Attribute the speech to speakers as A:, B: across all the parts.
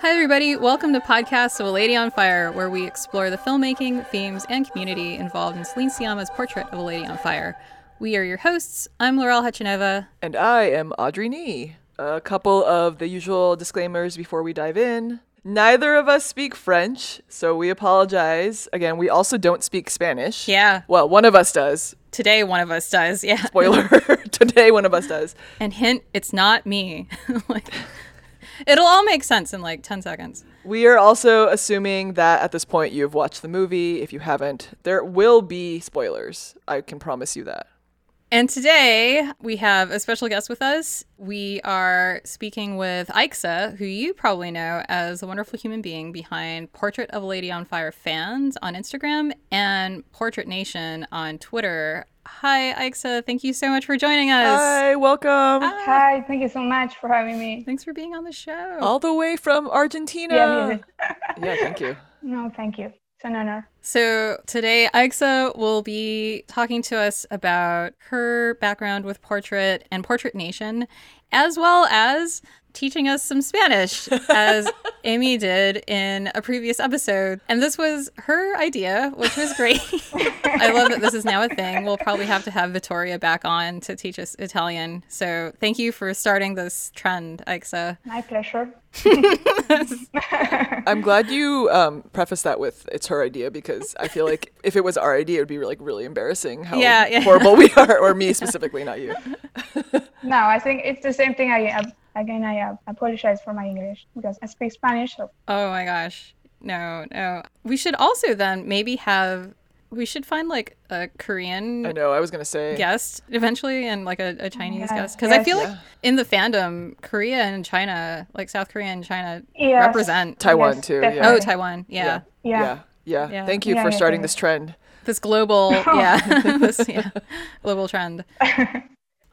A: Hi, everybody. Welcome to Podcast of a Lady on Fire, where we explore the filmmaking, themes, and community involved in Celine Siama's portrait of a lady on fire. We are your hosts. I'm Laurel Hachineva.
B: And I am Audrey Nee. A couple of the usual disclaimers before we dive in. Neither of us speak French, so we apologize. Again, we also don't speak Spanish.
A: Yeah.
B: Well, one of us does.
A: Today, one of us does. Yeah.
B: Spoiler. Today, one of us does.
A: And hint, it's not me. like, it'll all make sense in like 10 seconds.
B: We are also assuming that at this point you've watched the movie. If you haven't, there will be spoilers. I can promise you that.
A: And today, we have a special guest with us. We are speaking with Ixa, who you probably know as the wonderful human being behind Portrait of a Lady on Fire fans on Instagram and Portrait Nation on Twitter. Hi, Ixa. Thank you so much for joining us.
B: Hi, welcome.
C: Hi, thank you so much for having me.
A: Thanks for being on the show.
B: All the way from
C: Yeah, this
B: Argentina.
C: is-
B: Yeah, thank you.
C: no, thank you. It's an honor.
A: So today, Aixa will be talking to us about her background with portrait and Portrait Nation, as well as teaching us some Spanish, as Amy did in a previous episode. And this was her idea, which was great. I love that this is now a thing. We'll probably have to have Vittoria back on to teach us Italian. So thank you for starting this trend, Aixa.
C: My pleasure.
B: I'm glad you um, prefaced that with "it's her idea" because I feel like if it was our idea, it would be like really embarrassing how
A: Yeah, yeah.
B: horrible we are, or me specifically, not you.
C: No, I think it's the same thing. I I- again, I uh, apologize for my English because I speak Spanish. So
A: Oh my gosh. No, no. We should also then maybe have we should find like a
B: I
A: Korean
B: know. I was gonna say
A: guest eventually and like a, a Chinese
C: Yeah,
A: guest. Because I
C: yes.
A: feel like
B: Yeah.
A: in the fandom, Korea and China, like South Korea and China
C: Yes.
A: represent
B: Taiwan
C: Yes,
B: too. Yeah.
A: Oh,
C: definitely.
A: Taiwan. Yeah.
B: yeah.
C: Yeah.
B: yeah, yeah,
A: Yeah.
B: Thank you
C: Yeah,
B: for
C: yeah,
B: starting
C: yeah.
B: this trend.
A: This global yeah. this yeah. Global trend.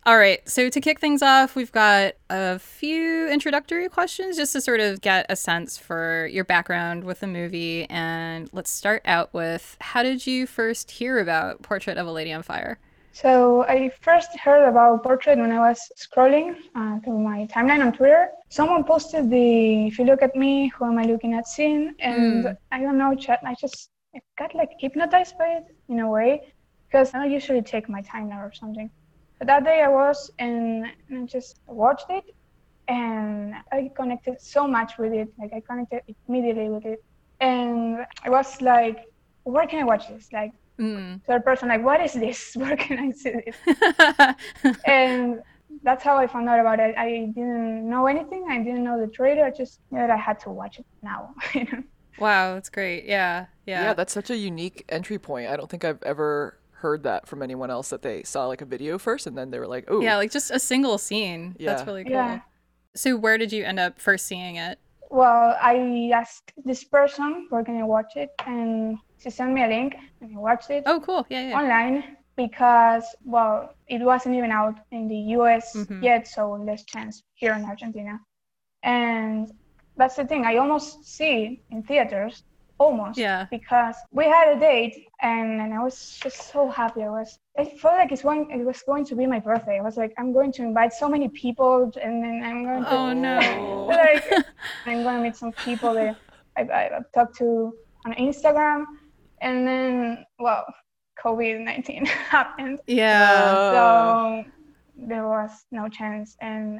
A: All right, so to kick things off, we've got a few introductory questions just to sort of get a sense for your background with the movie. And let's start out with how did you first hear about Portrait of a Lady on Fire?
C: So I first heard about Portrait when I was scrolling uh, through my timeline on Twitter. Someone posted the "If you look at me, who am I looking at?" scene, and I don't know, chat. I just I got like hypnotized by it in a way because I don't usually take my timeline or something. But that day I was and, and I just watched it, and I connected so much with it. Like I connected immediately with it, and I was like, "Where can I watch this?" Like
A: Mm.
C: third person, like, "What is this? Where can I see this?" and that's how I found out about it. I didn't know anything. I didn't know the trailer. I just knew that I had to watch it now. you know?
A: wow, that's great. Yeah, yeah.
B: Yeah. that's such a unique entry point. I don't think I've ever heard that from anyone else that they saw like a video first and then they were like, "Oh,
A: yeah, like just a single scene. That's
B: Yeah.
A: really cool.
C: Yeah.
A: So, where did you end up first seeing it?
C: Well, I asked this person, "Where can I watch it?" And she sent me a link, and I watched it
A: Oh, cool. Yeah, yeah.
C: online because, well, it wasn't even out in the U.S.
A: Mhm.
C: yet, so less chance here in Argentina. And that's the thing. I almost see in theaters, almost.
A: Yeah.
C: because we had a date and, and I was just so happy. I was I felt like it's one it was going to be my birthday. I was like, I'm going to invite so many people and then I'm going to
A: Oh, no.
C: like I'm gonna meet some people that I, I, I've talked to on Instagram and then well COVID nineteen happened.
A: Yeah.
B: Uh.
C: So there was no chance and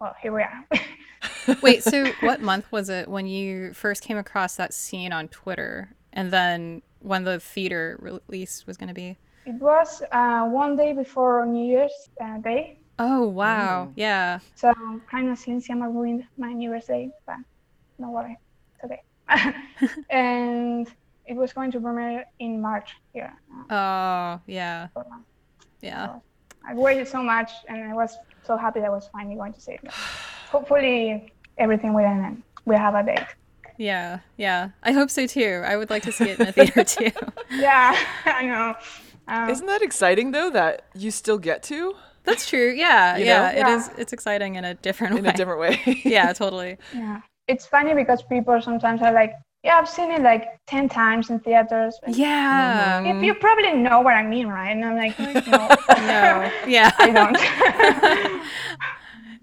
C: well here we are.
A: Wait, so what month was it when you first came across that scene on Twitter and then when the theater release was going to be?
C: it was uh, one day before New Year's uh, Day.
A: Oh, wow.
B: Mm.
A: Yeah.
C: So kind of since I'm ruined my New Year's Day, but no worry, it's okay. and it was going to premiere in March here. uh,
A: Oh, yeah.
C: for now.
A: Yeah.
C: I've waited so much, and I was so happy that I was finally going to see it. But hopefully, everything will end. We have a date.
A: Yeah. Yeah. I hope so too. I would like to see it in the theater too.
C: Yeah, I know. Um,
B: Isn't that exciting though? That you still get to
A: That's true. Yeah.
B: You know?
A: yeah. It
C: Yeah.
A: is. It's exciting in a different
B: in
A: way.
B: a different way.
A: yeah, totally.
C: yeah, it's funny because people sometimes are like, "Yeah, I've seen it like ten times in theaters." And
A: Yeah.
C: you-
B: Mm-hmm.
C: You probably know what I mean, right? And I'm like, no,
A: no. Yeah.
C: I don't.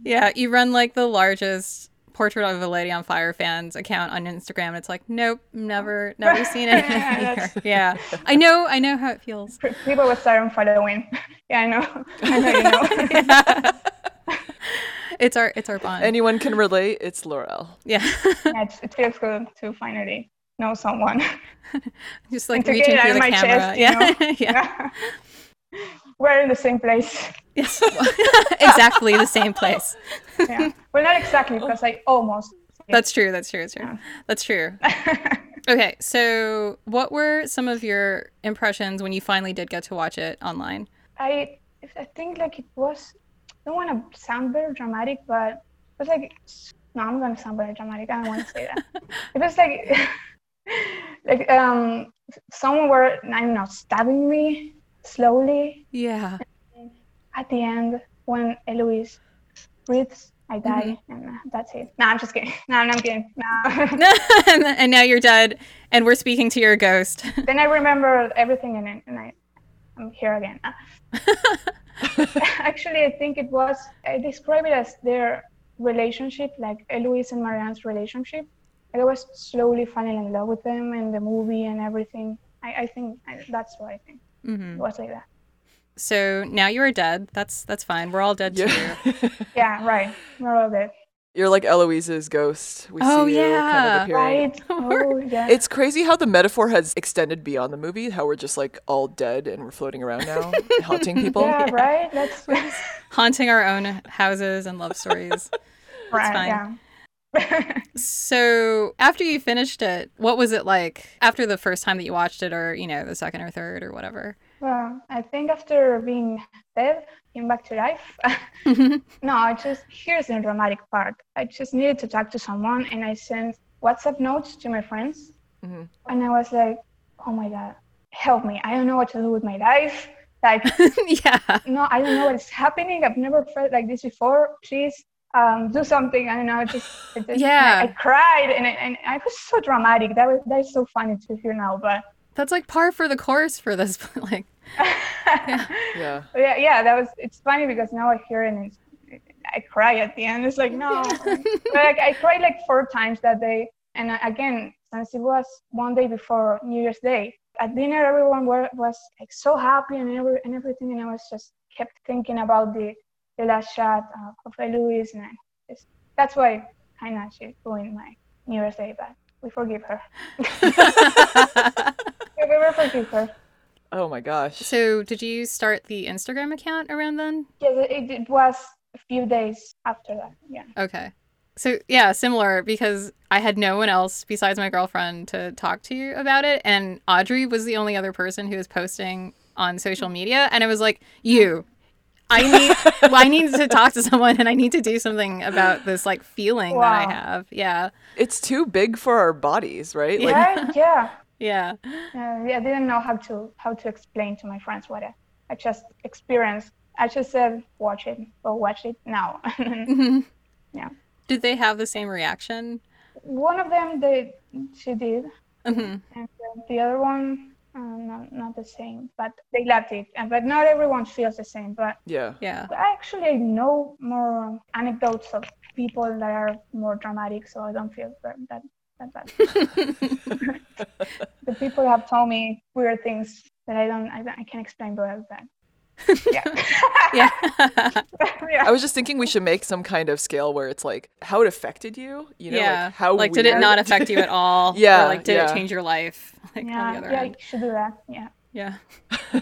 A: Yeah, you run like the largest Portrait of a Lady on Fire fans account on Instagram. And it's like, nope, never, never seen it. yeah, I know, I know how it feels.
C: P- People will start following. yeah, I know. I know you know.
A: It's our, it's our bond.
B: Anyone can relate. It's Laurel.
A: yeah,
C: yeah, it's, it feels good to finally know someone.
A: just like
C: And to get
A: reaching
C: it out
A: through
C: of
A: the
C: my
A: camera.
C: chest, you
A: yeah, yeah.
C: We're in the same place.
A: Yes. exactly the same place.
C: Yeah. well, not exactly because I almost.
A: Oh. That's true. That's true. That's true. That's true. Okay. So, what were some of your impressions when you finally did get to watch it online?
C: I I think like it was. I don't want to sound very dramatic, but it was like no, I'm gonna sound very dramatic. I don't want to say that. it was like like um someone were I don't know stabbing me slowly
A: Yeah.
C: at the end when Eloise breathes. I die, and uh, that's it. No, I'm just kidding. No, I'm not kidding. No.
A: and, and now you're dead, and we're speaking to your ghost.
C: then I remember everything and, I- and I, I'm here again. Actually, I think it was, I describe it as their relationship, like Eloise and Marianne's relationship. Like I was slowly falling in love with them and the movie and everything. I, I think I, that's what I think. It was like that.
A: so now you are dead. That's that's fine. We're all dead too.
B: Yeah.
C: Yeah, right. More of it.
B: You're like Eloise's ghost. We
A: Oh,
B: see you kind
A: yeah.
B: of appearing.
C: Right. Oh, yeah.
B: It's crazy how the metaphor has extended beyond the movie, how we're just like all dead and we're floating around now, haunting people.
C: yeah, right. That's right.
A: Haunting our own houses and love stories. fine.
C: Yeah.
A: so after you finished it, what was it like after the first time that you watched it, or you know, the second or third or whatever?
C: Well, I think after being dead, came back to life.
A: Mm-hmm.
C: no, I just here's the dramatic part. I just needed to talk to someone, and I sent WhatsApp notes to my friends,
A: Mm-hmm.
B: Mhm.
C: and I was like, "Oh my god, help me! I don't know what to do with my life. Like,
A: yeah.
C: no, I don't know what's happening. I've never felt like this before. Please." Um, do something. I don't know. I Just, I just
A: Yeah.
C: I, cried and I, and I was so dramatic. That was that is so funny to hear now. But
A: That's like par for the course for this. Like,
B: Yeah.
C: Yeah, yeah, that was. It's funny because now I hear it and it's, I cry at the end. It's like no, but like I cried like four times that day. And I- again, since it was one day before New Year's Day, at dinner everyone were, was like so happy and every, and everything, and I was just kept thinking about the the last shot uh, of Eloise, and I just, that's why kind of she's doing my New Year's Day, but we forgive her. we will forgive her.
B: Oh my gosh.
A: so did you start the Instagram account around then?
C: Yes, it, it was a few days after that. Yeah.
A: Okay. So yeah, similar because I had no one else besides my girlfriend to talk to about it, and Audrey was the only other person who was posting on social media, and I was like, you. I need I need to talk to someone and I need to do something about this like feeling that
C: Wow.
A: I have. Yeah.
B: It's too big for our bodies, right? Like
C: right? Yeah.
A: Yeah.
C: Uh, yeah, I didn't know how to how to explain to my friends what I, I just experienced. I just said, watch it, go watch it now. yeah.
A: Did they have the same reaction?
C: One of them, they she did,
A: hmm
C: and uh, the other one, uh, not, not the same, but they loved it. And but not everyone feels the same. But
B: Yeah.
A: Yeah.
C: I actually know more anecdotes of people that are more dramatic, so I don't feel that that, that bad. the people have told me weird things that I don't, I, don't, I can't explain well. That
A: Yeah.
C: yeah.
B: I was just thinking we should make some kind of scale where it's like how it affected you, you know,
A: yeah.
B: like how
A: like did it
B: weird-
A: not affect you at all?
B: Yeah,
A: Or, like did
B: yeah.
A: it change your life? Like on the
C: yeah,
A: other
C: yeah,
A: end.
C: you should do that. Yeah.
A: Yeah.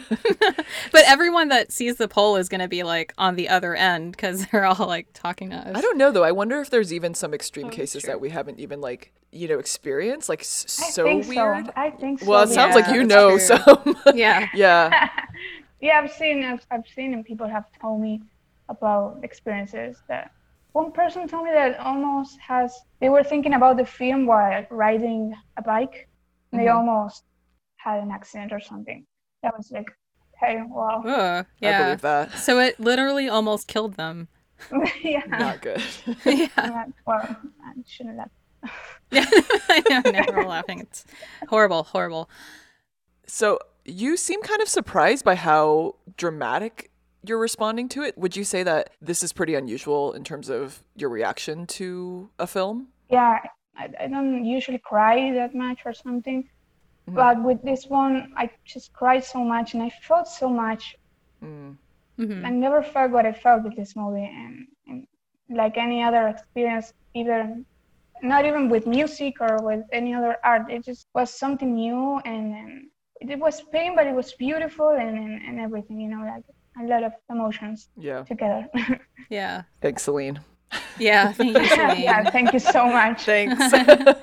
A: but everyone that sees the poll is going to be like on the other end because they're all like talking to us.
B: I don't know though. I wonder if there's even some extreme
A: Oh,
B: cases that we haven't even like, you know, experienced like s-
C: I
B: so
C: think
B: weird.
C: so. I think so.
B: Well, it sounds
A: Yeah,
B: like you
A: it's
B: know
A: true.
B: some.
A: Yeah.
B: yeah.
C: Yeah, I've seen, I've, I've seen, and people have told me about experiences that. One person told me that almost has. They were thinking about the film while riding a bike. And They almost had an accident or something. That was like, hey, wow,
A: Ugh,
B: I
A: yeah.
B: believe that.
A: So it literally almost killed them.
C: yeah,
B: Not good.
A: yeah.
C: yeah, well, I shouldn't have.
A: I know. Now we're all laughing. It's horrible, horrible.
B: So you seem kind of surprised by how dramatic you're responding to it. Would you say that this is pretty unusual in terms of your reaction to a film?
C: yeah I, I don't usually cry that much or something but with this one i just cried so much and i felt so much
B: Mm,
A: Mhm.
C: i never felt what i felt with this movie and, and like any other experience either not even with music or with any other art it just was something new and, and it was pain but it was beautiful and, and, and everything you know like a lot of emotions
B: Yeah.
C: together
A: Yeah.
B: Thanks, Celine.
A: Yeah. Thank you, Celine.
C: yeah thank you so much
B: Thanks.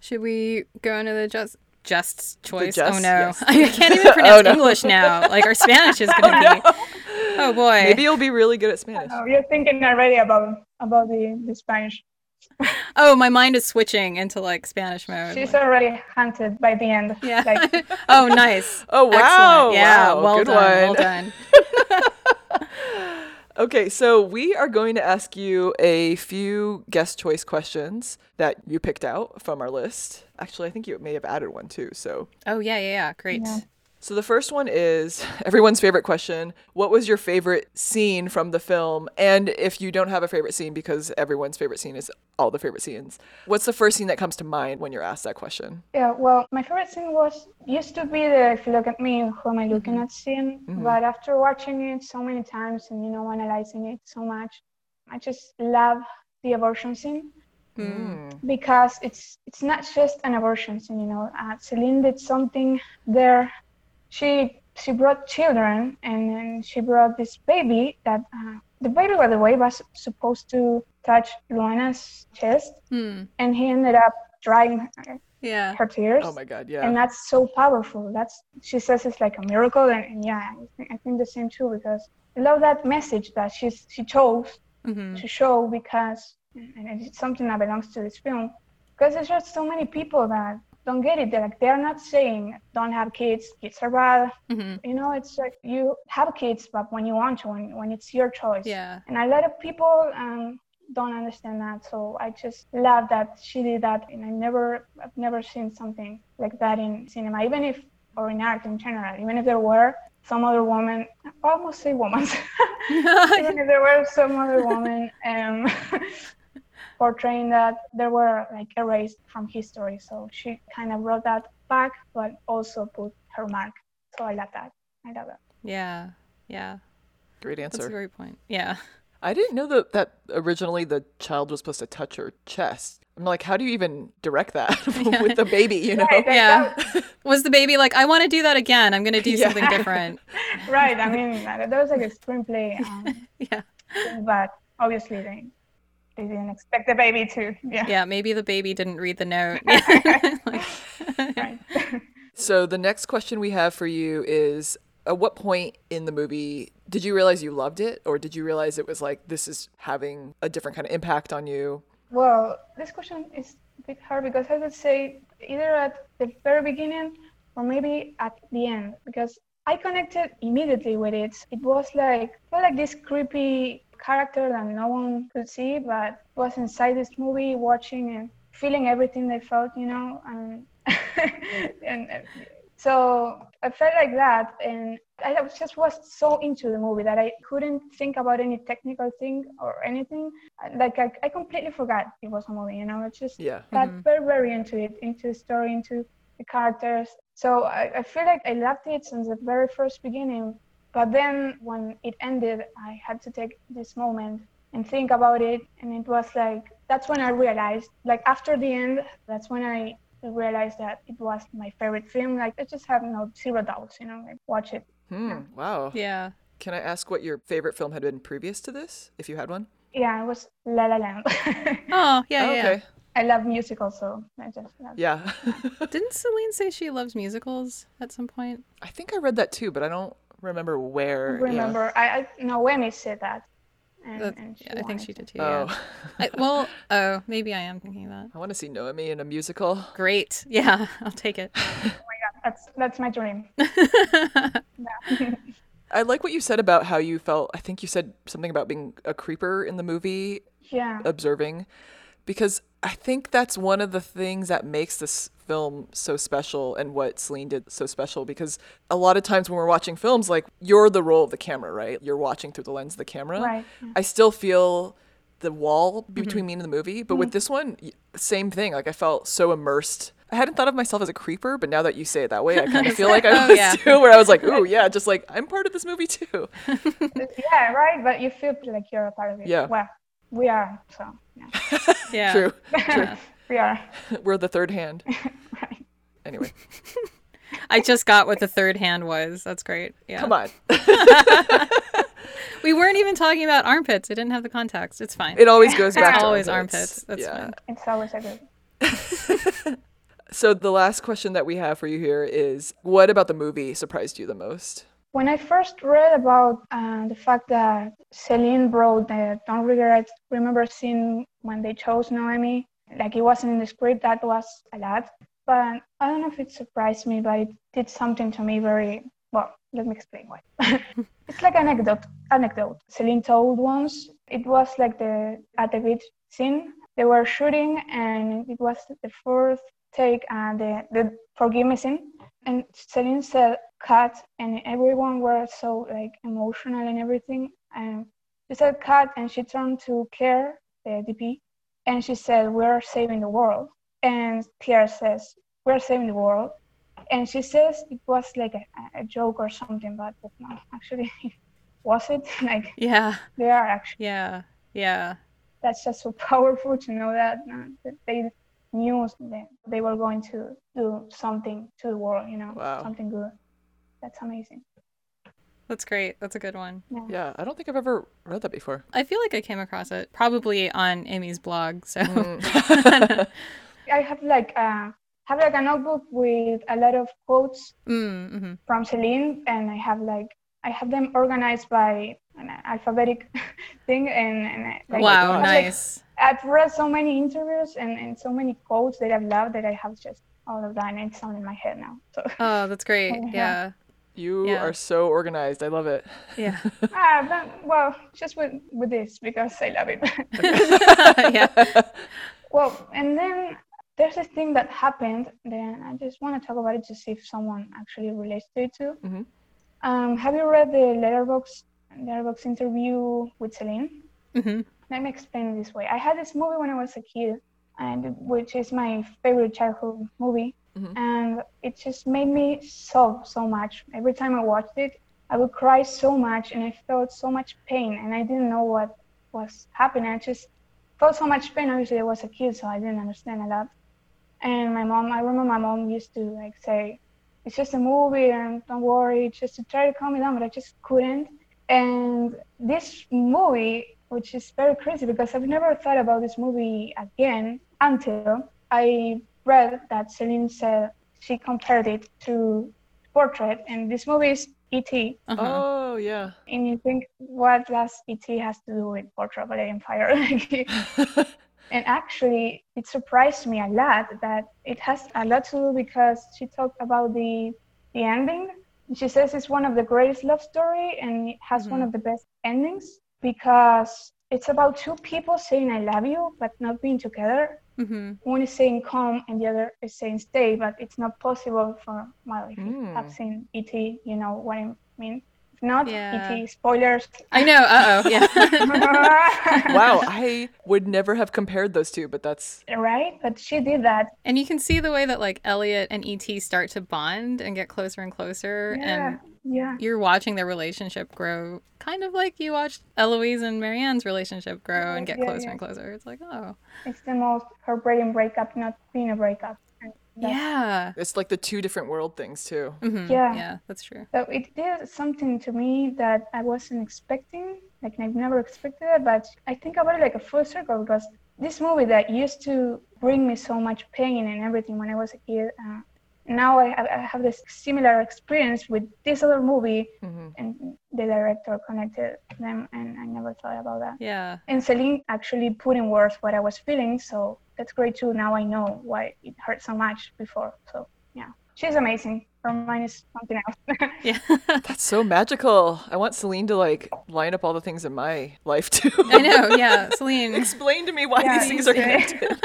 A: Should we go into the just just's choice? oh
B: just,
A: no,
B: yes.
A: I can't even pronounce
B: no.
A: English now. Like our Spanish is going to be. Oh boy.
B: Maybe you'll be really good at Spanish.
C: Oh, you're thinking already about about the, the spanish
A: Oh, my mind is switching into like Spanish mode.
C: She's
A: Like-
C: already hunted by the end.
A: yeah.
C: Like,
A: oh, nice.
B: Oh,
A: Excellent.
B: wow.
A: Yeah.
B: Wow.
A: Well
B: Good
A: done. Well
B: one.
A: done.
B: Okay, so we are going to ask you a few guest choice questions that you picked out from our list. Actually, I think you may have added one too. So,
A: Oh yeah, yeah, yeah. Great.
C: Yeah.
B: so the first one is everyone's favorite question. What was your favorite scene from the film? And if you don't have a favorite scene because everyone's favorite scene is all the favorite scenes, what's the first scene that comes to mind when you're asked that question?
C: yeah, well, my favorite scene was used to be the if you look at me, who am I
B: Mm-hmm.
C: looking at scene. But after watching it so many times and you know analyzing it so much, I just love the abortion scene
A: Mm-hmm. Hmm.
C: because it's it's not just an abortion scene. You know, uh, Celine did something there. She she brought children and, and she brought this baby that uh, the baby, by the way, was supposed to touch Luana's chest.
A: Hmm.
C: and he ended up drying her-
A: Yeah.
C: her tears
B: Oh my God,
C: and
B: yeah.
C: that's so powerful that's she says it's like a miracle and, and yeah I think, I think the same too because i love that message that she's she chose
A: hmm
C: to show because and it's something that belongs to this film because there's just so many people that don't get it they're like they're not saying don't have kids kids are bad
A: hmm
C: you know it's like you have kids but when you want to when, when it's your choice
A: Yeah.
C: and a lot of people um, don't understand that so i just love that she did that and i never i've never seen something like that in cinema even if or in art in general even if there were some other woman i almost say woman even if there were some other woman um, portraying that there were like erased from history so she kind of brought that back but also put her mark so i love that i love that
A: Yeah. Yeah.
B: Great
A: That's a
B: answer.
A: great point. Yeah.
B: I didn't know that, that originally the child was supposed to touch her chest. I'm like, how do you even direct that with the baby, you know?
C: Right,
A: Yeah. Was the baby like, I want to do that again. I'm going to do
B: Yeah.
A: something different.
C: right i mean that that was like a screenplay um,
A: Yeah.
C: thing, but obviously they they didn't expect the baby to yeah,
A: Yeah. Maybe the baby didn't read the note.
C: Right.
B: So the next question we have for you is at what point in the movie did you realize you loved it or did you realize it was like this is having a different kind of impact on you?
C: well this question is a bit hard because i would say either at the very beginning or maybe at the end because i connected immediately with it it was like felt like this creepy character that no one could see but was inside this movie watching and feeling everything they felt you know and, and and So I felt like that, and I was- just was so into the movie that I couldn't think about any technical thing or anything. Like I, I completely forgot it was a movie. You know, it's just
B: Yeah.
C: got
A: Mm-hmm.
C: very, very into it, into the story, into the characters. So I, I feel like I loved it since the very first beginning. But then when it ended, I had to take this moment and think about it. And it was like, that's when I realized, like after the end, that's when I realized that it was my favorite film. Like I just have no zero doubts, you know, like watch it.
B: Hmm. Wow.
A: yeah.
B: Can I ask what your favorite film had been previous to this, if you had one?
C: Yeah, it was La La Land.
A: Oh, yeah.
B: Oh,
A: yeah.
B: okay.
C: I love musicals, so I just love
B: Yeah.
A: Didn't Celine say she loves musicals at some point?
B: I think I read that too, but I don't remember where. yeah.
C: remember. I, I Noemi said that. And,
A: That-
C: and she
A: yeah, I think
C: wanted
A: she
C: to.
A: did too. Yeah.
B: Oh.
A: I, well, oh, maybe I am thinking of that.
B: I want to see Noemi in a musical.
A: Great. Yeah, I'll take it.
C: That's that's my dream.
B: I like what you said about how you felt. I think you said something about being a creeper in the movie
C: Yeah.
B: observing because I think that's one of the things that makes this film so special and what Celine did so special because a lot of times when we're watching films, like you're the role of the camera, right? You're watching through the lens of the camera.
C: Right, yeah.
A: Mm-hmm.
B: I still feel the wall between me and the movie, but
A: Mm-hmm.
B: with this one, y- same thing. Like I felt so immersed. I hadn't thought of myself as a creeper, but now that you say it that way, I kind of feel like I
A: Oh,
B: was
A: yeah.
B: too, where I was like, "Ooh, yeah," just like I'm part of this movie too.
C: yeah, right. But you feel like you're a part of it.
B: Yeah.
C: Well, we are. So yeah,
A: Yeah.
B: True,
C: we are.
B: we're the third hand. Anyway,
A: I just got what the third hand was. That's great. Yeah.
B: come on.
A: We weren't even talking about armpits. I didn't have the context. It's fine.
B: It always goes back.
A: it's
B: to
A: always armpits. That's
B: Yeah.
A: fine.
C: It's always a good.
B: So the last question that we have for you here is, what about the movie surprised you the most?
C: When I first read about uh, the fact that Celine wrote the Don't Regret, remember scene when they chose Noemi, like it wasn't in the script, that was a lot. But I don't know if it surprised me, but it did something to me very well. Let me explain why. it's like an anecdote. Anecdote Celine told once. It was like the at the beach scene they were shooting, and it was the fourth take and the the forgive me scene. And Celine said cut, and everyone were so like emotional and everything. And she said cut, and she turned to Claire, the DP, and she said, "We're saving the world." And Claire says, "We're saving the world." And she says it was like a, a joke or something, but but no, actually, was it? Like
A: Yeah.
C: they are actually.
A: Yeah. Yeah.
C: That's just so powerful to know that, uh, that they knew that they were going to do something to the world. You know,
B: Wow.
C: something good. That's amazing.
A: That's great. That's a good one.
B: Yeah, I don't think I've ever read that before.
A: I feel like I came across it probably on Amy's blog. So
B: Mm.
C: I have like a, have like a notebook with a lot of quotes
A: Mm, mhm.
C: from Celine, and I have like I have them organized by an alphabetic thing, and, and I-
B: Oh
C: like,
A: wow,
C: I have, like,
A: nice.
C: I've read so many interviews and, and so many quotes that I've loved that I have just all of that and it's all in my head now. So
A: Oh, that's great. Yeah.
C: Yeah.
B: You
A: Yeah.
B: are so organized. I love it.
A: Yeah.
C: ah, but, well, just with with this because I love it.
A: yeah. Uh-huh.
C: well, and then there's this thing that happened. Then I just want to talk about it to see if someone actually relates to it too.
B: Mhm.
C: Um, have you read the letterbox letterbox interview with Celine?
A: Mhm.
C: let me explain it this way. I had this movie when I was a kid, and which is my favorite childhood movie,
B: Mhm.
C: and it just made me sob so much. Every time I watched it, I would cry so much, and I felt so much pain, and I didn't know what was happening. I just felt so much pain. Obviously, I was a kid, so I didn't understand a lot. And my mom, I remember my mom used to like say, "It's just a movie, and don't worry." Just to try to calm me down, but I just couldn't. And this movie, which is very crazy because I've never thought about this movie again until I read that Celine said she compared it to Portrait, and this movie is E.T.
A: Uh-huh.
B: Oh yeah.
C: And you think, what does E.T. has to do with Portrait by Lady Fire? Like, and actually, it surprised me a lot that it has a lot to do because she talked about the the ending. She says it's one of the greatest love story and it has
B: Hmm.
C: one of the best endings because it's about two people saying I love you but not being together.
A: Mhm.
C: One is saying come and the other is saying stay, but it's not possible for well if
B: Hmm.
C: you have seen ET, you know what I mean. If not,
A: Yeah.
C: ET spoilers.
A: I know. Uh oh. Yeah.
B: wow, I would never have compared those two, but that's
C: right? But she did that
A: and you can see the way that like Elliot and ET start to bond and get closer and closer,
C: Yeah,
A: and
C: yeah,
A: you're watching their relationship grow, kind of like you watched Eloise and Marianne's relationship grow and get
C: Yeah,
A: closer
C: yeah.
A: and closer. It's like, oh,
C: it's the most heartbreaking breakup, not being a breakup. And that-
A: yeah.
B: it's like the two different world things too.
A: Mhm.
C: Yeah.
A: Yeah, that's true.
C: So it did something to me that I wasn't expecting. Like I've never expected it, but I think about it like a full circle because this movie that used to bring me so much pain and everything when I was a kid. Uh, now I, I I have this similar experience with this other movie,
B: Mhm.
C: and the director connected them, and I never thought about that.
A: Yeah.
C: And Celine actually put in words what I was feeling, so that's great too. Now I know why it hurt so much before. So yeah, she's amazing. Her mind is something else.
A: Yeah.
B: That's so magical. I want Celine to like line up all the things in my life too.
A: I know. Yeah. Celine.
B: Explain to me why
C: Yeah,
B: these things are
C: easy.
B: connected.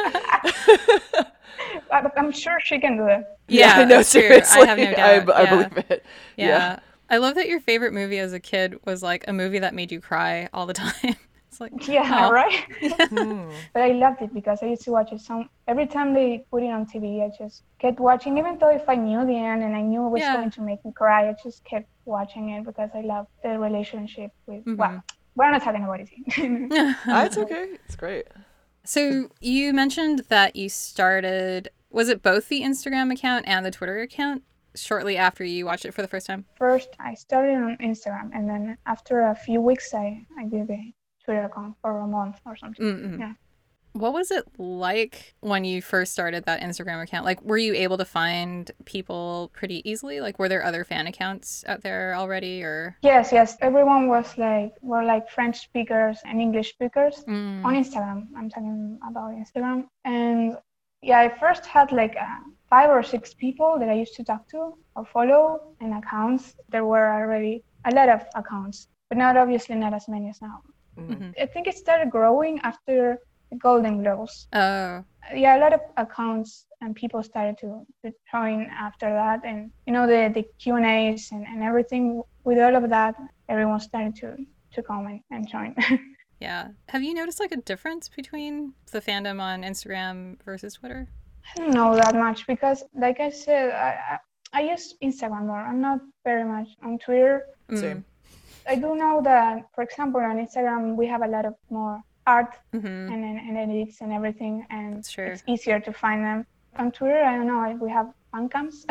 C: I, but I'm sure she can do that.
A: Yeah,
B: I know,
A: that's true.
B: seriously.
A: I have no doubt.
B: I,
A: yeah.
B: believe it.
A: Yeah.
B: Yeah.
A: I love that your favorite movie as a kid was like a movie that made you cry all the time. It's like,
C: Yeah,
A: Oh.
C: right.
A: Hmm.
C: but I loved it because I used to watch it. Some every time they put it on TV, I just kept watching. Even though if I knew the end and I knew it was
A: Yeah.
C: going to make me cry, I just kept watching it because I love the relationship with.
A: Mm-hmm.
C: Well, we're not talking about it.
B: Ah, it's okay. It's great.
A: so you mentioned that you started, was it both the Instagram account and the Twitter account shortly after you watched it for the first time?
C: First, I started on Instagram, and then after a few weeks, I I did the Twitter account for a month or something.
A: Mm-mm.
C: Yeah.
A: What was it like when you first started that Instagram account? Like, were you able to find people pretty easily? Like, were there other fan accounts out there already? Or,
C: Yes, yes. Everyone was like were like French speakers and English speakers.
A: Mm.
C: on Instagram. I'm talking about Instagram. And yeah, I first had like uh, five or six people that I used to talk to or follow and accounts. There were already a lot of accounts, but not obviously not as many as now.
B: Mhm.
C: I think it started growing after the Golden Globes.
A: oh,
C: Yeah, a lot of accounts and people started to, to join after that. And you know, the, the Q&As and, and everything, with all of that, everyone started to, to comment and join.
A: Yeah. Have you noticed like a difference between the fandom on Instagram versus Twitter?
C: I don't know that much because, like I said, I, I, I use Instagram more. I'm not very much on Twitter.
A: Mm-hmm.
B: Same.
C: I do know that, for example, on Instagram we have a lot of more art
A: Mm-hmm.
C: and, and, and edits and everything, and
A: That's true.
C: it's easier to find them. On Twitter, I don't know. I- We have fan cams,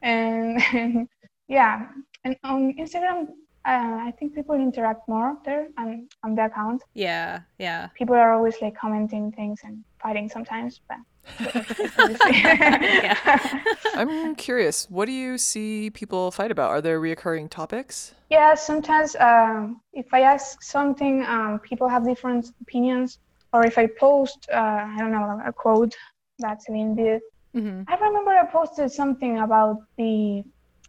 C: and, and yeah, and on Instagram, uh, I think people interact more there on on the account.
A: Yeah. Yeah.
C: People are always like commenting things and fighting sometimes, but.
A: Yeah.
B: I'm curious. What do you see people fight about? Are there reoccurring topics?
C: Yeah, sometimes um, if I ask something, um, people have different opinions. Or if I post, uh, I don't know, a quote that Celine did.
A: Mm-hmm.
C: I remember I posted something about the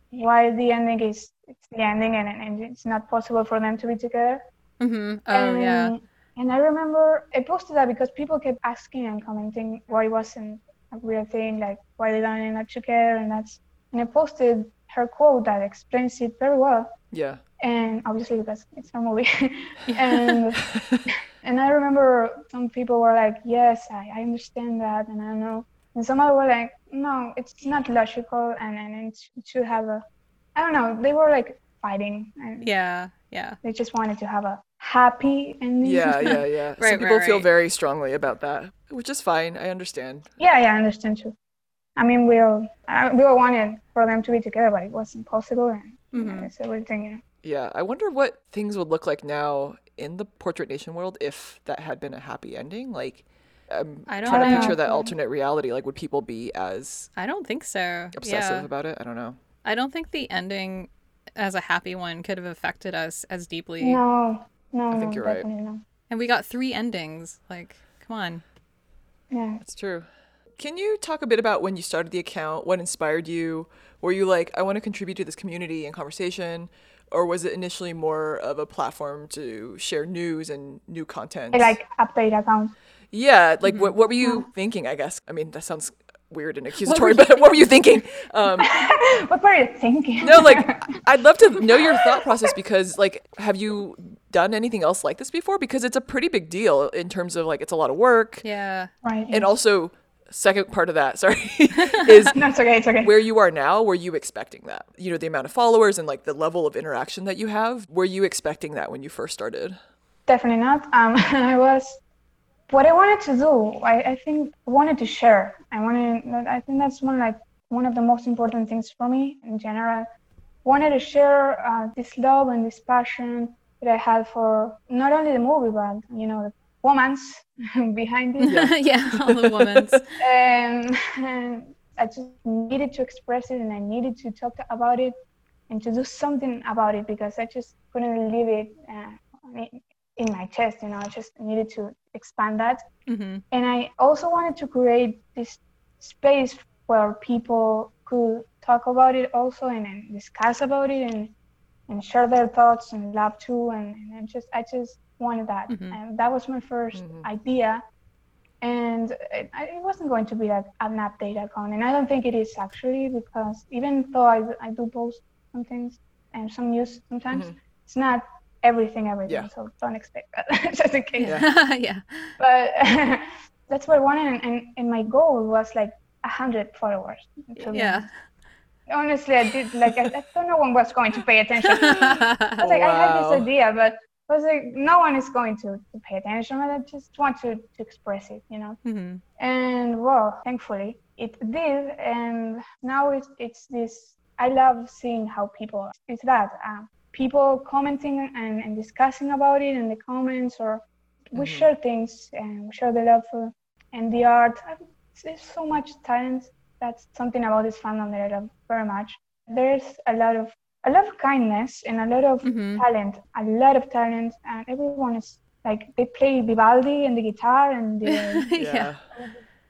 C: why the ending is it's the ending and, and it's not possible for them to be together.
A: Mm-hmm. Oh yeah.
C: And- And I remember I posted that because people kept asking and commenting why it wasn't a real thing, like why they don't end up together, and that's. And I posted her quote that explains it very well
B: Yeah.
C: and obviously because it's a movie and and i remember some people were like yes i, I understand that and i know and some other were like no it's not logical and, and it sh- it should have a i don't know they were like fighting and
A: Yeah. Yeah.
C: they just wanted to have a happy ending
B: Yeah, yeah, yeah.
A: Right,
B: Some people
A: right,
B: feel
A: right.
B: very strongly about that, which is fine. I understand.
C: yeah yeah i understand too i mean we all I, we all wanted for them to be together but it was impossible and
B: Mm-hmm.
A: Mhm.
C: it's everything you know
B: Yeah, I wonder what things would look like now in the Portrait Nation world if that had been a happy ending. Like, I'm
A: I
B: trying
A: don't
B: to
A: know.
B: picture that alternate reality. Like, would people be as
A: I don't think so.
B: obsessive
A: Yeah.
B: about it? I don't know.
A: I don't think the ending as a happy one could have affected us as deeply.
C: no no
B: I think
C: no,
B: you're right.
C: definitely no.
A: And we got three endings. Like, come on.
C: yeah
B: That's true. Can you talk a bit about when you started the account? What inspired you? Were you like, I want to contribute to this community and conversation? Or was it initially more of a platform to share news and new content?
C: I like update account
B: Yeah, like what, what were you thinking? I guess. I mean, that sounds weird and accusatory, but Uh-huh. what were you thinking? Um,
C: what were you thinking
B: no, like I'd love to know your thought process because, like, have you done anything else like this before? Because it's a pretty big deal in terms of like it's a lot of work,
A: Yeah.
C: right
B: and also second part of that, sorry, is
C: No, it's okay. It's okay.
B: where you are now. Were you expecting that? You know, the amount of followers and like the level of interaction that you have. Were you expecting that when you first started?
C: Definitely not. Um, I was. What I wanted to do, I, I think, I wanted to share. I wanted. I think that's one like one of the most important things for me in general. Wanted to share uh, this love and this passion that I had for not only the movie, but you know, the woman's behind it.
A: Yeah. all the women's.
C: and, and Um, I just needed to express it and I needed to talk about it and to do something about it because I just couldn't leave it uh, in my chest, you know, I just needed to expand that.
A: hmm
C: And I also wanted to create this space where people could talk about it also and, and discuss about it and, and share their thoughts and love too. And, and I just, I just wanted that.
A: Mhm.
C: And that was my 1st
B: Mhm.
C: idea. and it, I- it wasn't going to be like an update account and i don't think it is actually because even though i, I do post some things and some news sometimes it's not everything everything
B: Yeah.
C: so don't expect that just in case
A: Yeah. yeah.
C: but that's what i wanted and, and, and my goal was like 100 followers to be
A: Yeah.
C: honestly i did like I, I don't know when was going to pay attention I was like i had
B: Wow.
C: this idea but I was like no one is going to, to pay attention but i just want to, to express it you know
A: Mhm.
C: and well thankfully it did and now it's, it's this i love seeing how people it's that um, people commenting and, and discussing about it in the comments or we
B: Mhm.
C: share things and we share the love for and the art I- there's so much talent that's something about this fandom that i love very much there's a lot of a lot of kindness and a lot of
A: Mhm.
C: talent a lot of talent and everyone is like they play vivaldi and the guitar and the
A: yeah.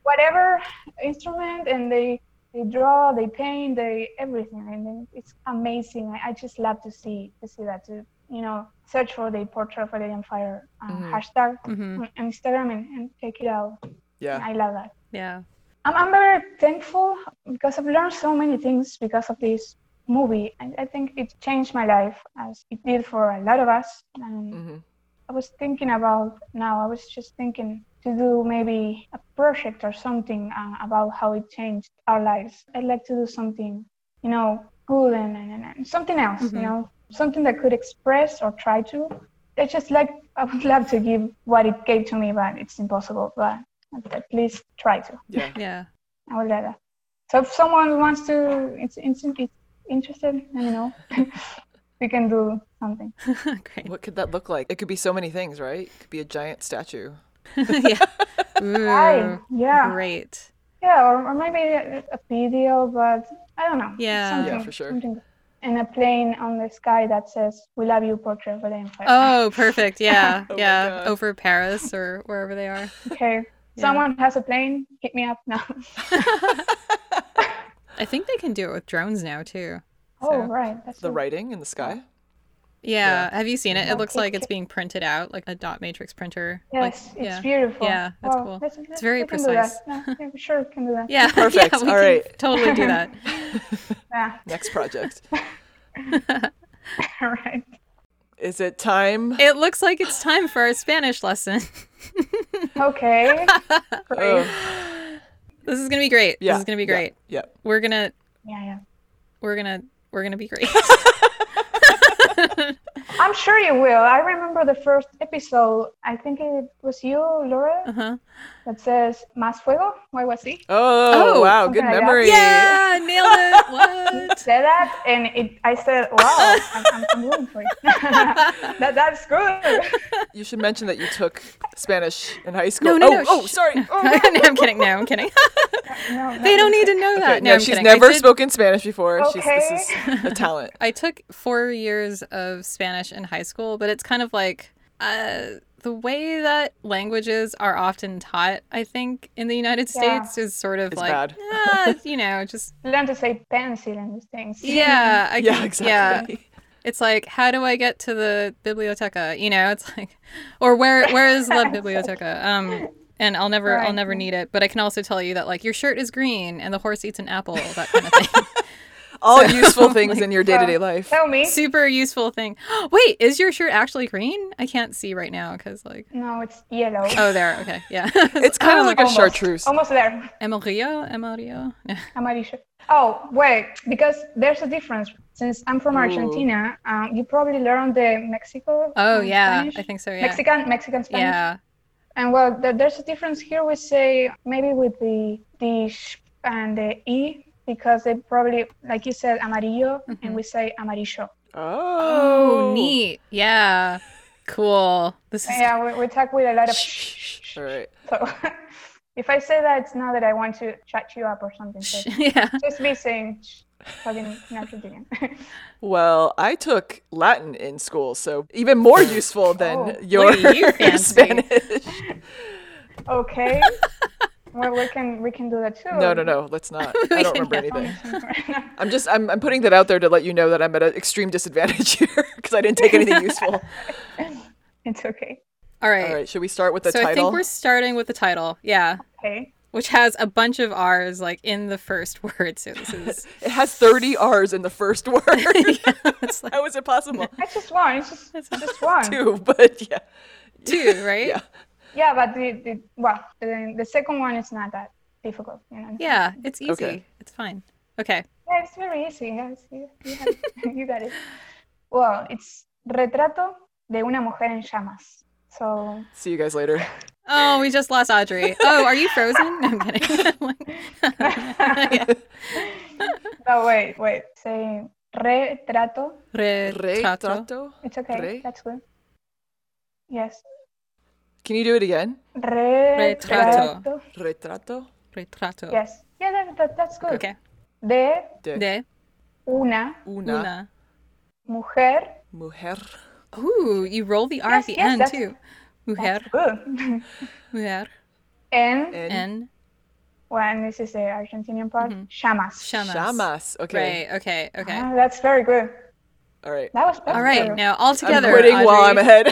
C: whatever instrument and they they draw they paint they everything and then it's amazing I, I just love to see to see that to you know search for the portrait of a Lady on fire uh,
B: Mhm.
C: hashtag
A: Mhm.
C: on instagram and, and check it out
B: Yeah.
C: i love that
A: Yeah.
C: I'm, I'm very thankful because i've learned so many things because of this movie and i think it changed my life as it did for a lot of us and
B: hmm
C: I was thinking about now. I was just thinking to do maybe a project or something uh, about how it changed our lives. I'd like to do something, you know, good and, and, and- and something else,
A: Mhm.
C: you know, something that could express or try to. I just like, I would love to give what it gave to me, but it's impossible, but at- at least try to.
B: Yeah.
A: Yeah.
C: I would like that. So if someone wants to, it's, it's, it's interested, let me know. we can do something.
A: Great.
B: What could that look like? It could be so many things, right? It could be a giant statue.
A: yeah.
C: Right.
A: Ooh,
C: Yeah.
A: Great.
C: Yeah, or, or maybe a, a video, but I don't know.
A: Yeah.
C: something,
B: Yeah, for sure.
C: Something. And a plane on the sky that says, We love you, portrait of a Lady in Fire."
A: Oh, perfect. Yeah.
B: Oh my
A: yeah.
B: God.
A: Over Paris or wherever they are.
C: Okay.
A: Yeah.
C: Someone has a plane, hit me up now.
A: I think they can do it with drones now too.
C: oh,
A: So,
C: right. That's
B: The
C: it.
B: writing in the sky.
A: Yeah. Have you seen it? It
C: Yeah.
A: looks like it's being printed out, like a dot matrix printer. Like,
C: Yes, it's
A: yeah.
C: beautiful.
A: Yeah, that's cool.
C: that's-
A: It's very
C: we can do that.
A: precise.
C: Yeah, yeah, we sure can do that.
A: Yeah.
B: Perfect.
A: yeah, we
B: All
A: can
B: right.
A: Totally do that.
C: Yeah.
B: Next project.
C: All right.
B: Is it time?
A: It looks like it's time for our Spanish lesson.
C: Okay. Great.
B: Oh,
A: This is gonna be great.
B: yeah.
A: This is gonna be great.
B: Yeah.
A: We're gonna
C: Yeah, yeah.
A: we're gonna we're gonna be great.
C: I'm sure you will. I remember the first episode. I think it was you, Laura,
A: Uh-huh.
C: that says "Más fuego" o algo así.
B: Oh,
A: Oh,
B: wow. Good
C: something like that.
B: memory.
A: Yeah, nailed it. What?
C: said that and it i said wow i'm, I'm, I'm rooting for you that, that's good
B: You should mention that you took Spanish in high
A: No,
B: school.
A: no,
B: oh,
A: no,
B: oh,
A: shh.
B: sorry. Oh,
A: no, I'm kidding. No, I'm kidding.
C: no,
A: they
C: no.
A: don't need to know that.
B: Okay,
A: no,
B: no,
A: I'm
B: she's
A: kidding. I
B: never
A: did-
B: spoken Spanish before. She's this
C: Okay.
B: is a talent.
A: I took four years of Spanish in high school, but it's kind of like uh, the way that languages are often taught, I think, in the United
C: Yeah.
A: States is sort of
B: It's
A: like,
B: bad.
A: ah, you know, just,
C: learn to say pencil and these things
A: yeah. I,
B: Yeah,
A: can-
B: exactly.
A: It's like, how do I get to the biblioteca? You know, it's like, or where where is la biblioteca? Um, and I'll never I'll
C: Right.
A: never need it. But I can also tell you that like your shirt is green and the horse eats an apple, that kind of thing.
B: All useful things in your day to day life.
C: tell me
A: Super useful thing. Wait, is your shirt actually green? I can't see right now because like,
C: no it's yellow
A: oh there, okay, yeah.
B: It's kind of like a
C: Almost.
B: chartreuse.
C: almost there
A: Amarillo, Amarillo. No.
C: amarillo oh wait because there's a difference since i'm from
B: Ooh.
C: argentina um, you probably learned the mexico
A: Oh
C: uh,
A: yeah,
C: Spanish?
A: I think so. Yeah,
C: mexican mexican spanish
A: yeah,
C: And well, th- there's a difference here. We say maybe with the the sh and the e because they probably, like you said, amarillo,
A: Mhm.
C: and we say amarillo.
B: Oh,
A: neat. Yeah, cool. This is
C: Yeah, we, we talk with a lot of sh. sh-
B: All right.
C: So if I say that, it's not that I want to chat you up or something. So
A: yeah.
C: just be saying sh, talking natural Argentinian.
B: Well, I took Latin in school, so even more useful than
C: Oh,
B: your
A: look at you, fancy.
B: Spanish.
C: okay. well, we can we can do that too.
B: No, no, no. Let's not. I don't remember anything.
C: no.
B: I'm just I'm, I'm putting that out there to let you know that I'm at an extreme disadvantage here because I didn't take anything useful.
C: it's okay.
A: All right.
B: All right, should we start with the
A: so
B: title?
A: I think we're starting with the title. Yeah.
C: Okay.
A: Which has a bunch of R's like in the first word. So this is
B: It has 30 R's in the first word.
A: it's like
B: How is it possible?
C: It's just one. It's just, it's just one.
B: Two, but yeah.
A: two, right?
B: Yeah.
C: Yeah, but the, the well, the, the second one is not that difficult. You know?
A: Yeah, it's easy.
B: Okay.
A: It's fine. Okay.
C: Yeah, it's very easy. Yes, you, you, have, you got it. Well, it's retrato de una mujer en llamas. So
B: See you guys later.
A: Oh, we just lost Audrey. Oh, are you frozen? No, I'm kidding. Yeah.
C: no, wait, wait. Say retrato.
A: Retrato.
B: Retrato.
C: It's okay.
B: Re-
C: That's good. Yes.
B: Can you do it again?
C: Retrato.
A: Oh.
B: Retrato
A: Retrato.
C: Yes. Yeah, that, that, that's good.
A: Okay.
C: De
B: de,
A: De
C: una
B: una,
A: una.
C: mujer.
B: mujer.
A: Ooh, you roll the R at
C: Yes,
A: the
C: yes,
A: end
C: that's-
A: too. Mujer, Eh.
C: That's good.
A: mujer,
C: en,
B: En
A: en
C: well, and this is the Argentinian part, llamas.
A: llamas.
B: llamas. Okay.
A: Right. Okay. Mm-hmm. Okay.
C: Ah, that's very good.
B: All right.
C: That was that's
A: All right.
C: good.
A: Now all together.
B: I'm quitting while I'm
A: Audrey.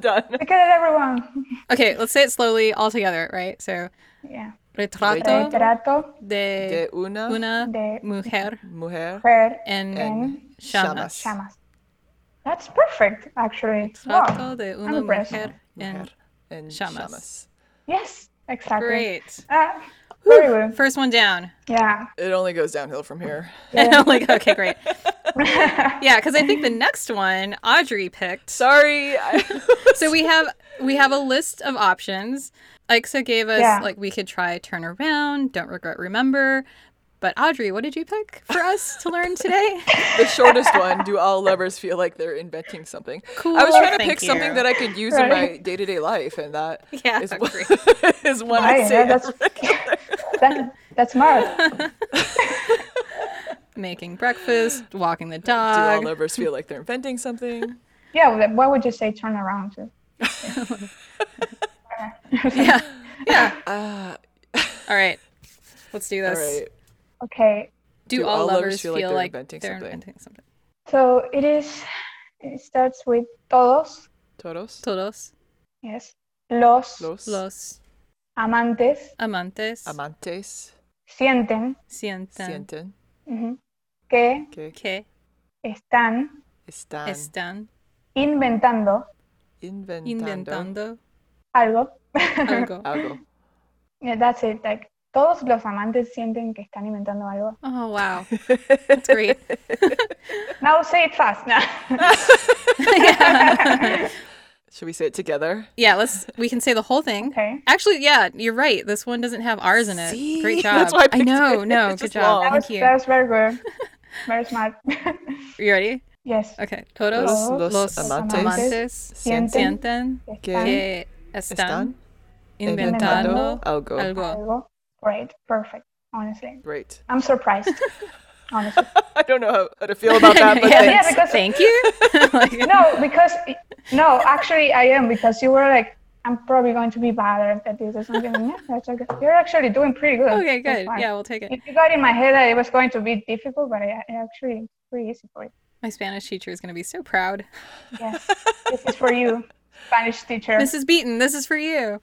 B: Done.
C: Look at everyone.
A: Okay. Let's say it slowly all together. Right. So
C: Yeah.
A: retrato
C: Retrato
A: de
B: De una,
A: Eh, una
C: de
A: mujer
B: mujer
C: mujer
A: en
C: en
A: llamas.
C: llamas. That's perfect, actually.
A: Retrato
C: Wow.
A: de
C: I'm
A: una
C: impressed.
A: mujer en
B: mujer en
A: llamas.
B: llamas.
C: Yes, exactly.
A: Great.
C: Ah, very good.
A: First one down.
C: Yeah.
B: It only goes downhill from here.
A: And I'm like, okay, great. yeah, because I think the next one Audrey picked.
B: Sorry. I-
A: so we have we have a list of options. Ixa gave us
C: Yeah.
A: like we could try turn around, don't regret, remember. But Audrey, what did you pick for us to learn today?
B: the shortest one. Do all lovers feel like they're inventing something? I was
A: Cool,
B: trying to
A: thank
B: pick something
A: you.
B: that I could use in my
C: Right.
B: day to day life, and that is
A: Yeah,
B: one,
A: agree.
B: is one
C: Right,
B: I
C: yeah,
B: say.
C: that's-
B: every-
C: That, that's smart.
A: Making breakfast, walking the
B: Do all
A: dog.
B: lovers feel like they're inventing something?
C: Yeah, well, what would you say turn around to?
A: yeah, yeah.
B: Uh,
A: All right, let's do
B: all
A: this.
B: right.
C: Okay.
A: Do, all, lovers feel like they're, inventing, something?
C: So it is, it starts with todos,
B: Todos.
A: Todos
C: yes, los,
B: Los.
A: los
C: amantes
A: amantes
B: Amantes.
C: sienten
A: sienten
B: Sienten
A: Mm-hmm.
C: ujú, que
B: que
A: que
C: están
B: están
A: están
C: inventando
B: inventando,
A: inventando
C: algo.
A: algo.
B: algo.
C: Yeah, That's it. Like, todos los amantes sienten que están inventando algo.
A: Oh wow, that's great.
C: Now say it fast. No.
A: yeah.
B: Should we say it together?
A: Yeah, let's. We can say the whole thing.
C: Okay.
A: Actually, yeah, you're right. This one doesn't have R's in it.
B: See?
A: Great job.
B: That's why I picked
A: know.
B: it.
A: No,
B: It's
A: good
B: just
A: job.
B: long.
C: That was,
A: Thank you.
C: that was very good. Very smart.
A: You ready?
C: yes.
A: Okay. Todos
B: Los,
C: Todos
B: los
A: los
B: amantes,
A: amantes
B: sienten
A: sienten
C: Están
A: que
B: están
A: están inventando
B: inventando algo.
A: algo.
C: algo. Great. Perfect. Honestly.
B: Great.
C: I'm surprised. Honestly.
B: I don't know how, how to feel about that, but
A: yeah,
B: thanks.
C: Yeah, because-
A: thank you. Like-
C: No, because, no, actually, I am because you were like, I'm probably going to be bothered at this or something. Yeah, that's okay. You're actually doing pretty good.
A: okay,
C: That's
A: good.
C: fine.
A: Yeah, we'll take it.
C: It it got in my head that it was going to be difficult, but I, I actually it's pretty easy for you.
A: My Spanish teacher is going to be so proud.
C: Yes, this is for you, Spanish teacher.
A: Mrs. Beaton, this is for you.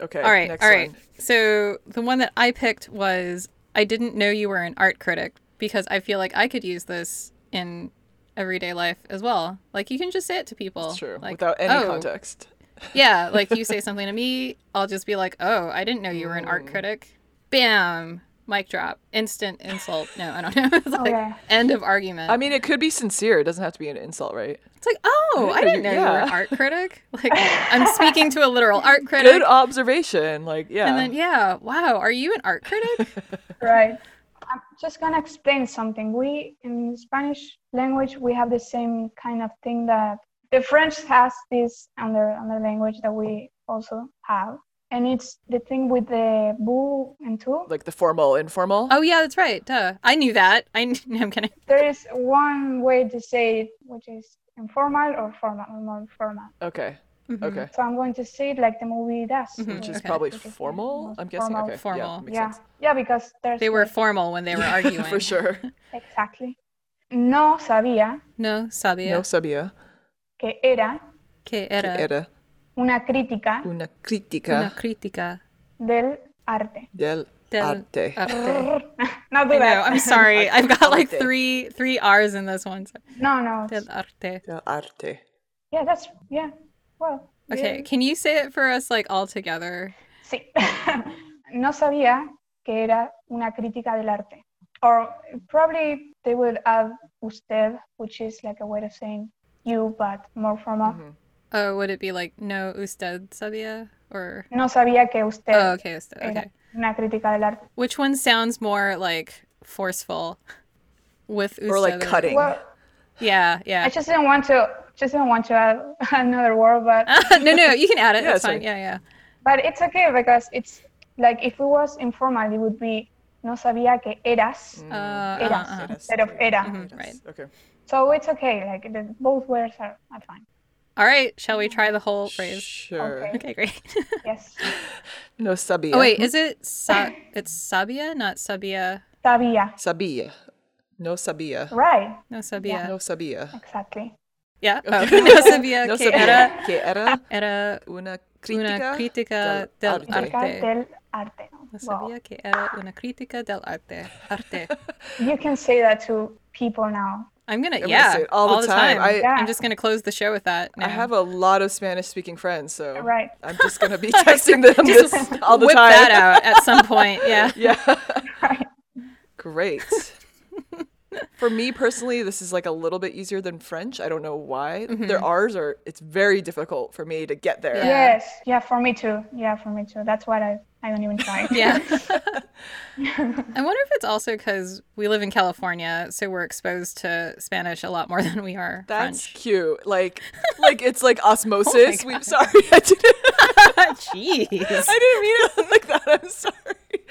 B: Okay.
A: All right,
B: Next
A: all right.
B: One.
A: So the one that I picked was I didn't know you were an art critic because I feel like I could use this in everyday life as well. Like you can just say it to people.
B: It's true.
A: Like,
B: Without any
A: "Oh."
B: context.
A: Yeah, like you say something to me, I'll just be like, "Oh, I didn't know you were an
B: Hmm.
A: art critic." Bam, mic drop, instant insult. No, I don't know. It's like
C: yeah.
A: end of argument.
B: I mean, it could be sincere. It doesn't have to be an insult, right?
A: it's like, "Oh, I didn't know you were an
B: yeah.
A: art critic." Like I'm speaking to a literal art critic.
B: Good observation. Like, yeah.
A: And then yeah, wow, are you an art critic?
C: Right. I'm just gonna explain something. We in Spanish language we have the same kind of thing that the French has this on their on their language that we also have, and it's the thing with the bu and tu.
B: like the formal, informal.
A: Oh yeah, that's right. Duh. I knew that. I kn- no, I'm kidding.
C: There is one way to say it, which is informal or formal or more formal.
B: Okay.
A: Mhm.
B: Okay.
C: So I'm going to say it like the movie does,
A: Mhm.
B: Which is
A: Okay.
B: probably
C: Which is the
B: formal.
C: most
B: I'm guessing.
C: formal.
B: Okay. Yeah.
A: Formal.
B: Makes
C: Yeah,
B: sense.
C: yeah, because there's
A: They were
C: like-
A: formal when they were arguing.
B: For sure.
C: exactly. No sabía
A: No, Sabia.
B: No sabia.
C: que era
A: que era,
B: Era
C: una crítica
B: una crítica
A: una crítica
C: del arte.
B: del,
A: del
B: arte.
C: Oh.
A: arte.
C: Not
A: I
C: do
A: know, I'm
C: that.
A: sorry. I've got like
B: Ah. Arte.
A: three three R's in this one. So.
C: No, no.
A: Del arte.
B: Del arte.
C: Yeah, that's yeah. Well.
A: Okay,
C: yeah.
A: can you say it for us like all together?
C: Sí. no sabía que era una crítica del arte. Or probably they would add usted, which is like a way of saying you, but more formal.
B: Mhm.
A: Oh, would it be like no usted sabía or
C: No sabía que usted
A: Oh, okay, usted.
C: era
A: Okay.
C: una crítica del arte.
A: Which one sounds more like forceful with usted?
B: Or like cutting.
C: Well,
A: Yeah, yeah.
C: I just didn't want to just didn't want to add another word, but
A: no, no, you can add it.
B: Yeah,
A: That's
B: it's
A: fine.
B: fine.
A: Yeah, yeah.
C: but it's okay because it's like if it was informal, it would be no sabía que eras
A: Uh, uh,
C: Eras.
A: uh, uh.
C: instead of era.
B: Mm,
A: Mhm, right.
B: Okay.
C: So it's okay. Like the, both words are, are fine.
A: All right, shall we try the whole phrase?
B: Sure.
C: Okay.
A: Okay, great.
C: Yes.
B: No sabia.
A: Oh wait, is it sa- it's Sabia, not Sabia?
C: Sabía.
B: Sabia. No
A: Oh,
B: sabia.
C: Right.
A: No Sabia.
B: No sabia.
C: Exactly.
A: Yeah. Oh, no sabía
B: No
A: que era,
B: sabia que era
A: era una
B: una crítica
A: crítica del
B: del
A: arte.
B: arte.
C: Crítica del arte.
A: No
C: Wow.
A: sabía que era una crítica del arte. Arte.
C: You can say that to people now.
A: I'm gonna,
B: gonna
A: yeah,
B: say it all the time. I-
C: Yeah.
A: am just gonna close the show with that. Now.
B: I have a lot of Spanish speaking friends, so
C: Right.
B: I'm just going to be texting them this all the
A: Whip
B: time.
A: that out at some point. Yeah.
B: Yeah.
C: Right.
B: Great. For me personally, this is like a little bit easier than French. I don't know why. Their R's are, it's very difficult for me to get there.
A: Mm-hmm. Yeah.
C: Yes. Yeah. For me too. Yeah. For me too. That's what I. I don't even try.
A: Yeah. I wonder if it's also because we live in California, so we're exposed to Spanish a lot more than we are
B: That's
A: French. Oh
B: cute. Like, like it's like osmosis. we,
A: God.
B: sorry, I didn't,
A: Jeez.
B: I didn't mean it like that. I'm sorry.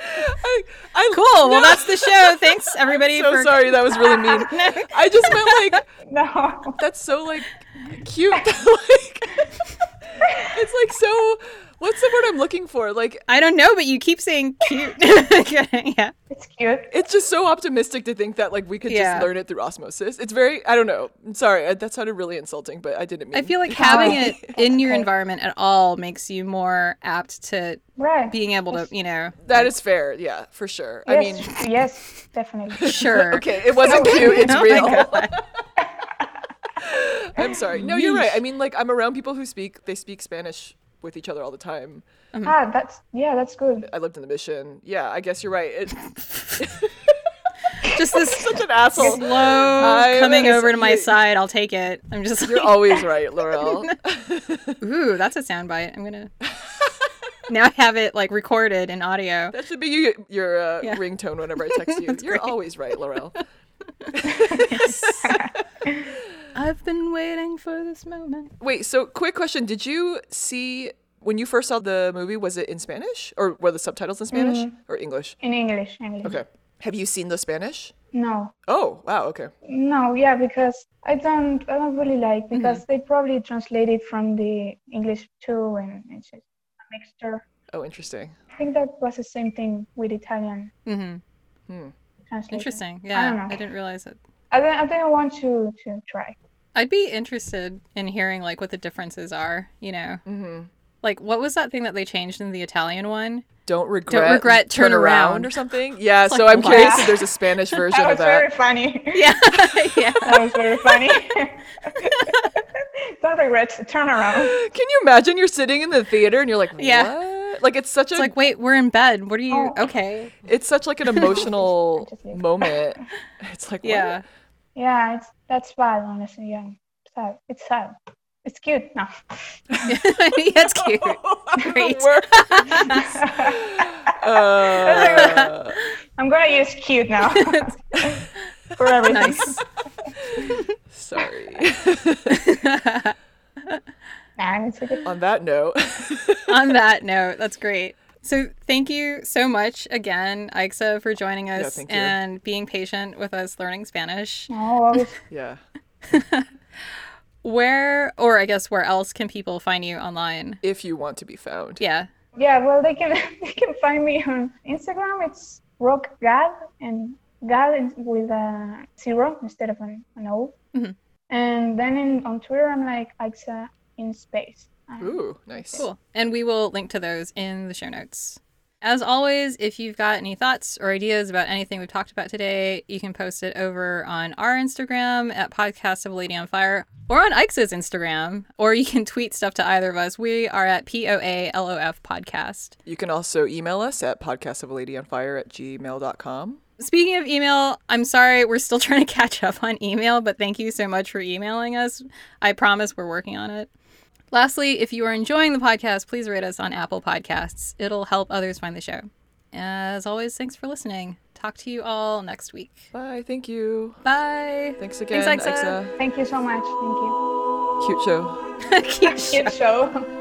B: I, I,
A: Cool. Well,
B: no,
A: that's the show. Thanks everybody
B: so
A: for.
B: sorry. That was really mean. I just meant like
C: No.
B: that's so like cute. like, it's like so. What's the word I'm looking for? Like,
A: I don't know, but you keep saying cute. yeah.
C: It's cute.
B: it's just so optimistic to think that like we could
A: Yeah.
B: just learn it through osmosis. It's very. I don't know. I'm sorry. I, that sounded really insulting, but I didn't mean.
A: I feel like
C: Wow.
A: having it in your
C: Okay.
A: environment at all makes you more apt to
C: Right.
A: being able to, you know,
B: that is fair. Yeah, for sure. I mean,
C: yes. yes. Definitely.
A: sure.
B: okay, it wasn't cute. It's
A: Oh my
B: real.
A: God.
B: I'm sorry. No, you're right. I mean, like I'm around people who speak. They speak Spanish with each other all the time.
C: ah. That's. Yeah. That's good.
B: I lived in the mission. Yeah, I guess you're right. It's
A: Just this
B: such an asshole.
A: slow
B: I-
A: coming
B: it's-
A: over to my
B: you-
A: side. I'll take it. I'm just
B: You're
A: like,
B: always right, Laurel.
A: ooh, that's a soundbite. I'm gonna now I have it like recorded in audio.
B: That should be you, your uh,
A: Yeah.
B: ringtone whenever I text you. You're always right, Laurel.
A: I've been waiting for this moment.
B: Wait, so quick question. Did you see, when you first saw the movie, was it in Spanish? Or were the subtitles in Spanish
A: Mm-hmm.
B: or English?
C: In English. English.
B: Okay. Have you seen the Spanish?
C: No.
B: Oh, wow. Okay.
C: No, yeah, because I don't, I don't really like
A: Mm-hmm.
C: because they probably translate it from the English too, and it's just a mixture.
B: Oh, interesting.
C: I think that was the same thing with Italian
A: hmm
C: translation.
A: Interesting.
C: I
A: Yeah,
C: don't
A: I,
C: know.
A: didn't realize it.
C: I didn't, I didn't want to to try.
A: I'd be interested in hearing like what the differences are. You know,
B: hmm
A: like what was that thing that they changed in the Italian one?
B: Don't regret.
A: regret, turn around.
B: or something. Yeah.
A: It's
B: so
A: like,
B: I'm
A: wow.
B: curious if there's a Spanish version
C: That was
B: of that.
C: very funny.
A: uh, Yeah, yeah.
C: That was very funny. don't regret the turnaround.
B: Can you imagine? You're sitting in the theater and you're like, what?
A: Yeah.
B: Like it's such
A: It's
B: a
A: like, wait, we're in bed. What are you?
C: Oh.
A: Okay.
B: it's such like an emotional
C: just leave.
B: moment. It's like what?
A: Yeah.
C: Yeah, it's that's bad, honestly. Yeah, sad. It's sad. It's cute. No.
A: That's cute. Great.
B: Uh,
C: I'm gonna use cute now for everything.
A: nice.
B: sorry.
C: Nah, it's okay.
B: On that note,
A: on that note, that's great. So thank you so much again, Aixa, for joining us
B: thank you.
A: and being patient with us learning Spanish.
C: No, always
B: yeah.
A: Where, or I guess, where else can people find you online?
B: If you want to be found,
A: Yeah.
C: Yeah, well, they can they can find me on Instagram. It's Rock God and God is with a zero instead of an, an O.
A: Mhm.
C: And then in, on Twitter, I'm like Aixa in space. Um,
B: Ooh, nice.
A: Cool. And we will link to those in the show notes. As always, if you've got any thoughts or ideas about anything we've talked about today, you can post it over on our Instagram at Podcast of a Lady on Fire or on Ike's Instagram, or you can tweet stuff to either of us. We are at P O A L O F podcast.
B: You can also email us at podcast of a lady on fire at gmail.com.
A: Speaking of email, I'm sorry, we're still trying to catch up on email, but thank you so much for emailing us. I promise we're working on it. Lastly, if you are enjoying the podcast, please rate us on Apple Podcasts. It'll help others find the show. As always, thanks for listening. Talk to you all next week.
B: Bye. Thank you.
A: Bye.
B: Thanks again,
A: Thanks, Ixa.
C: Thank you so much. Thank you.
B: Ixa. Cute show.
A: Cute
C: Good show.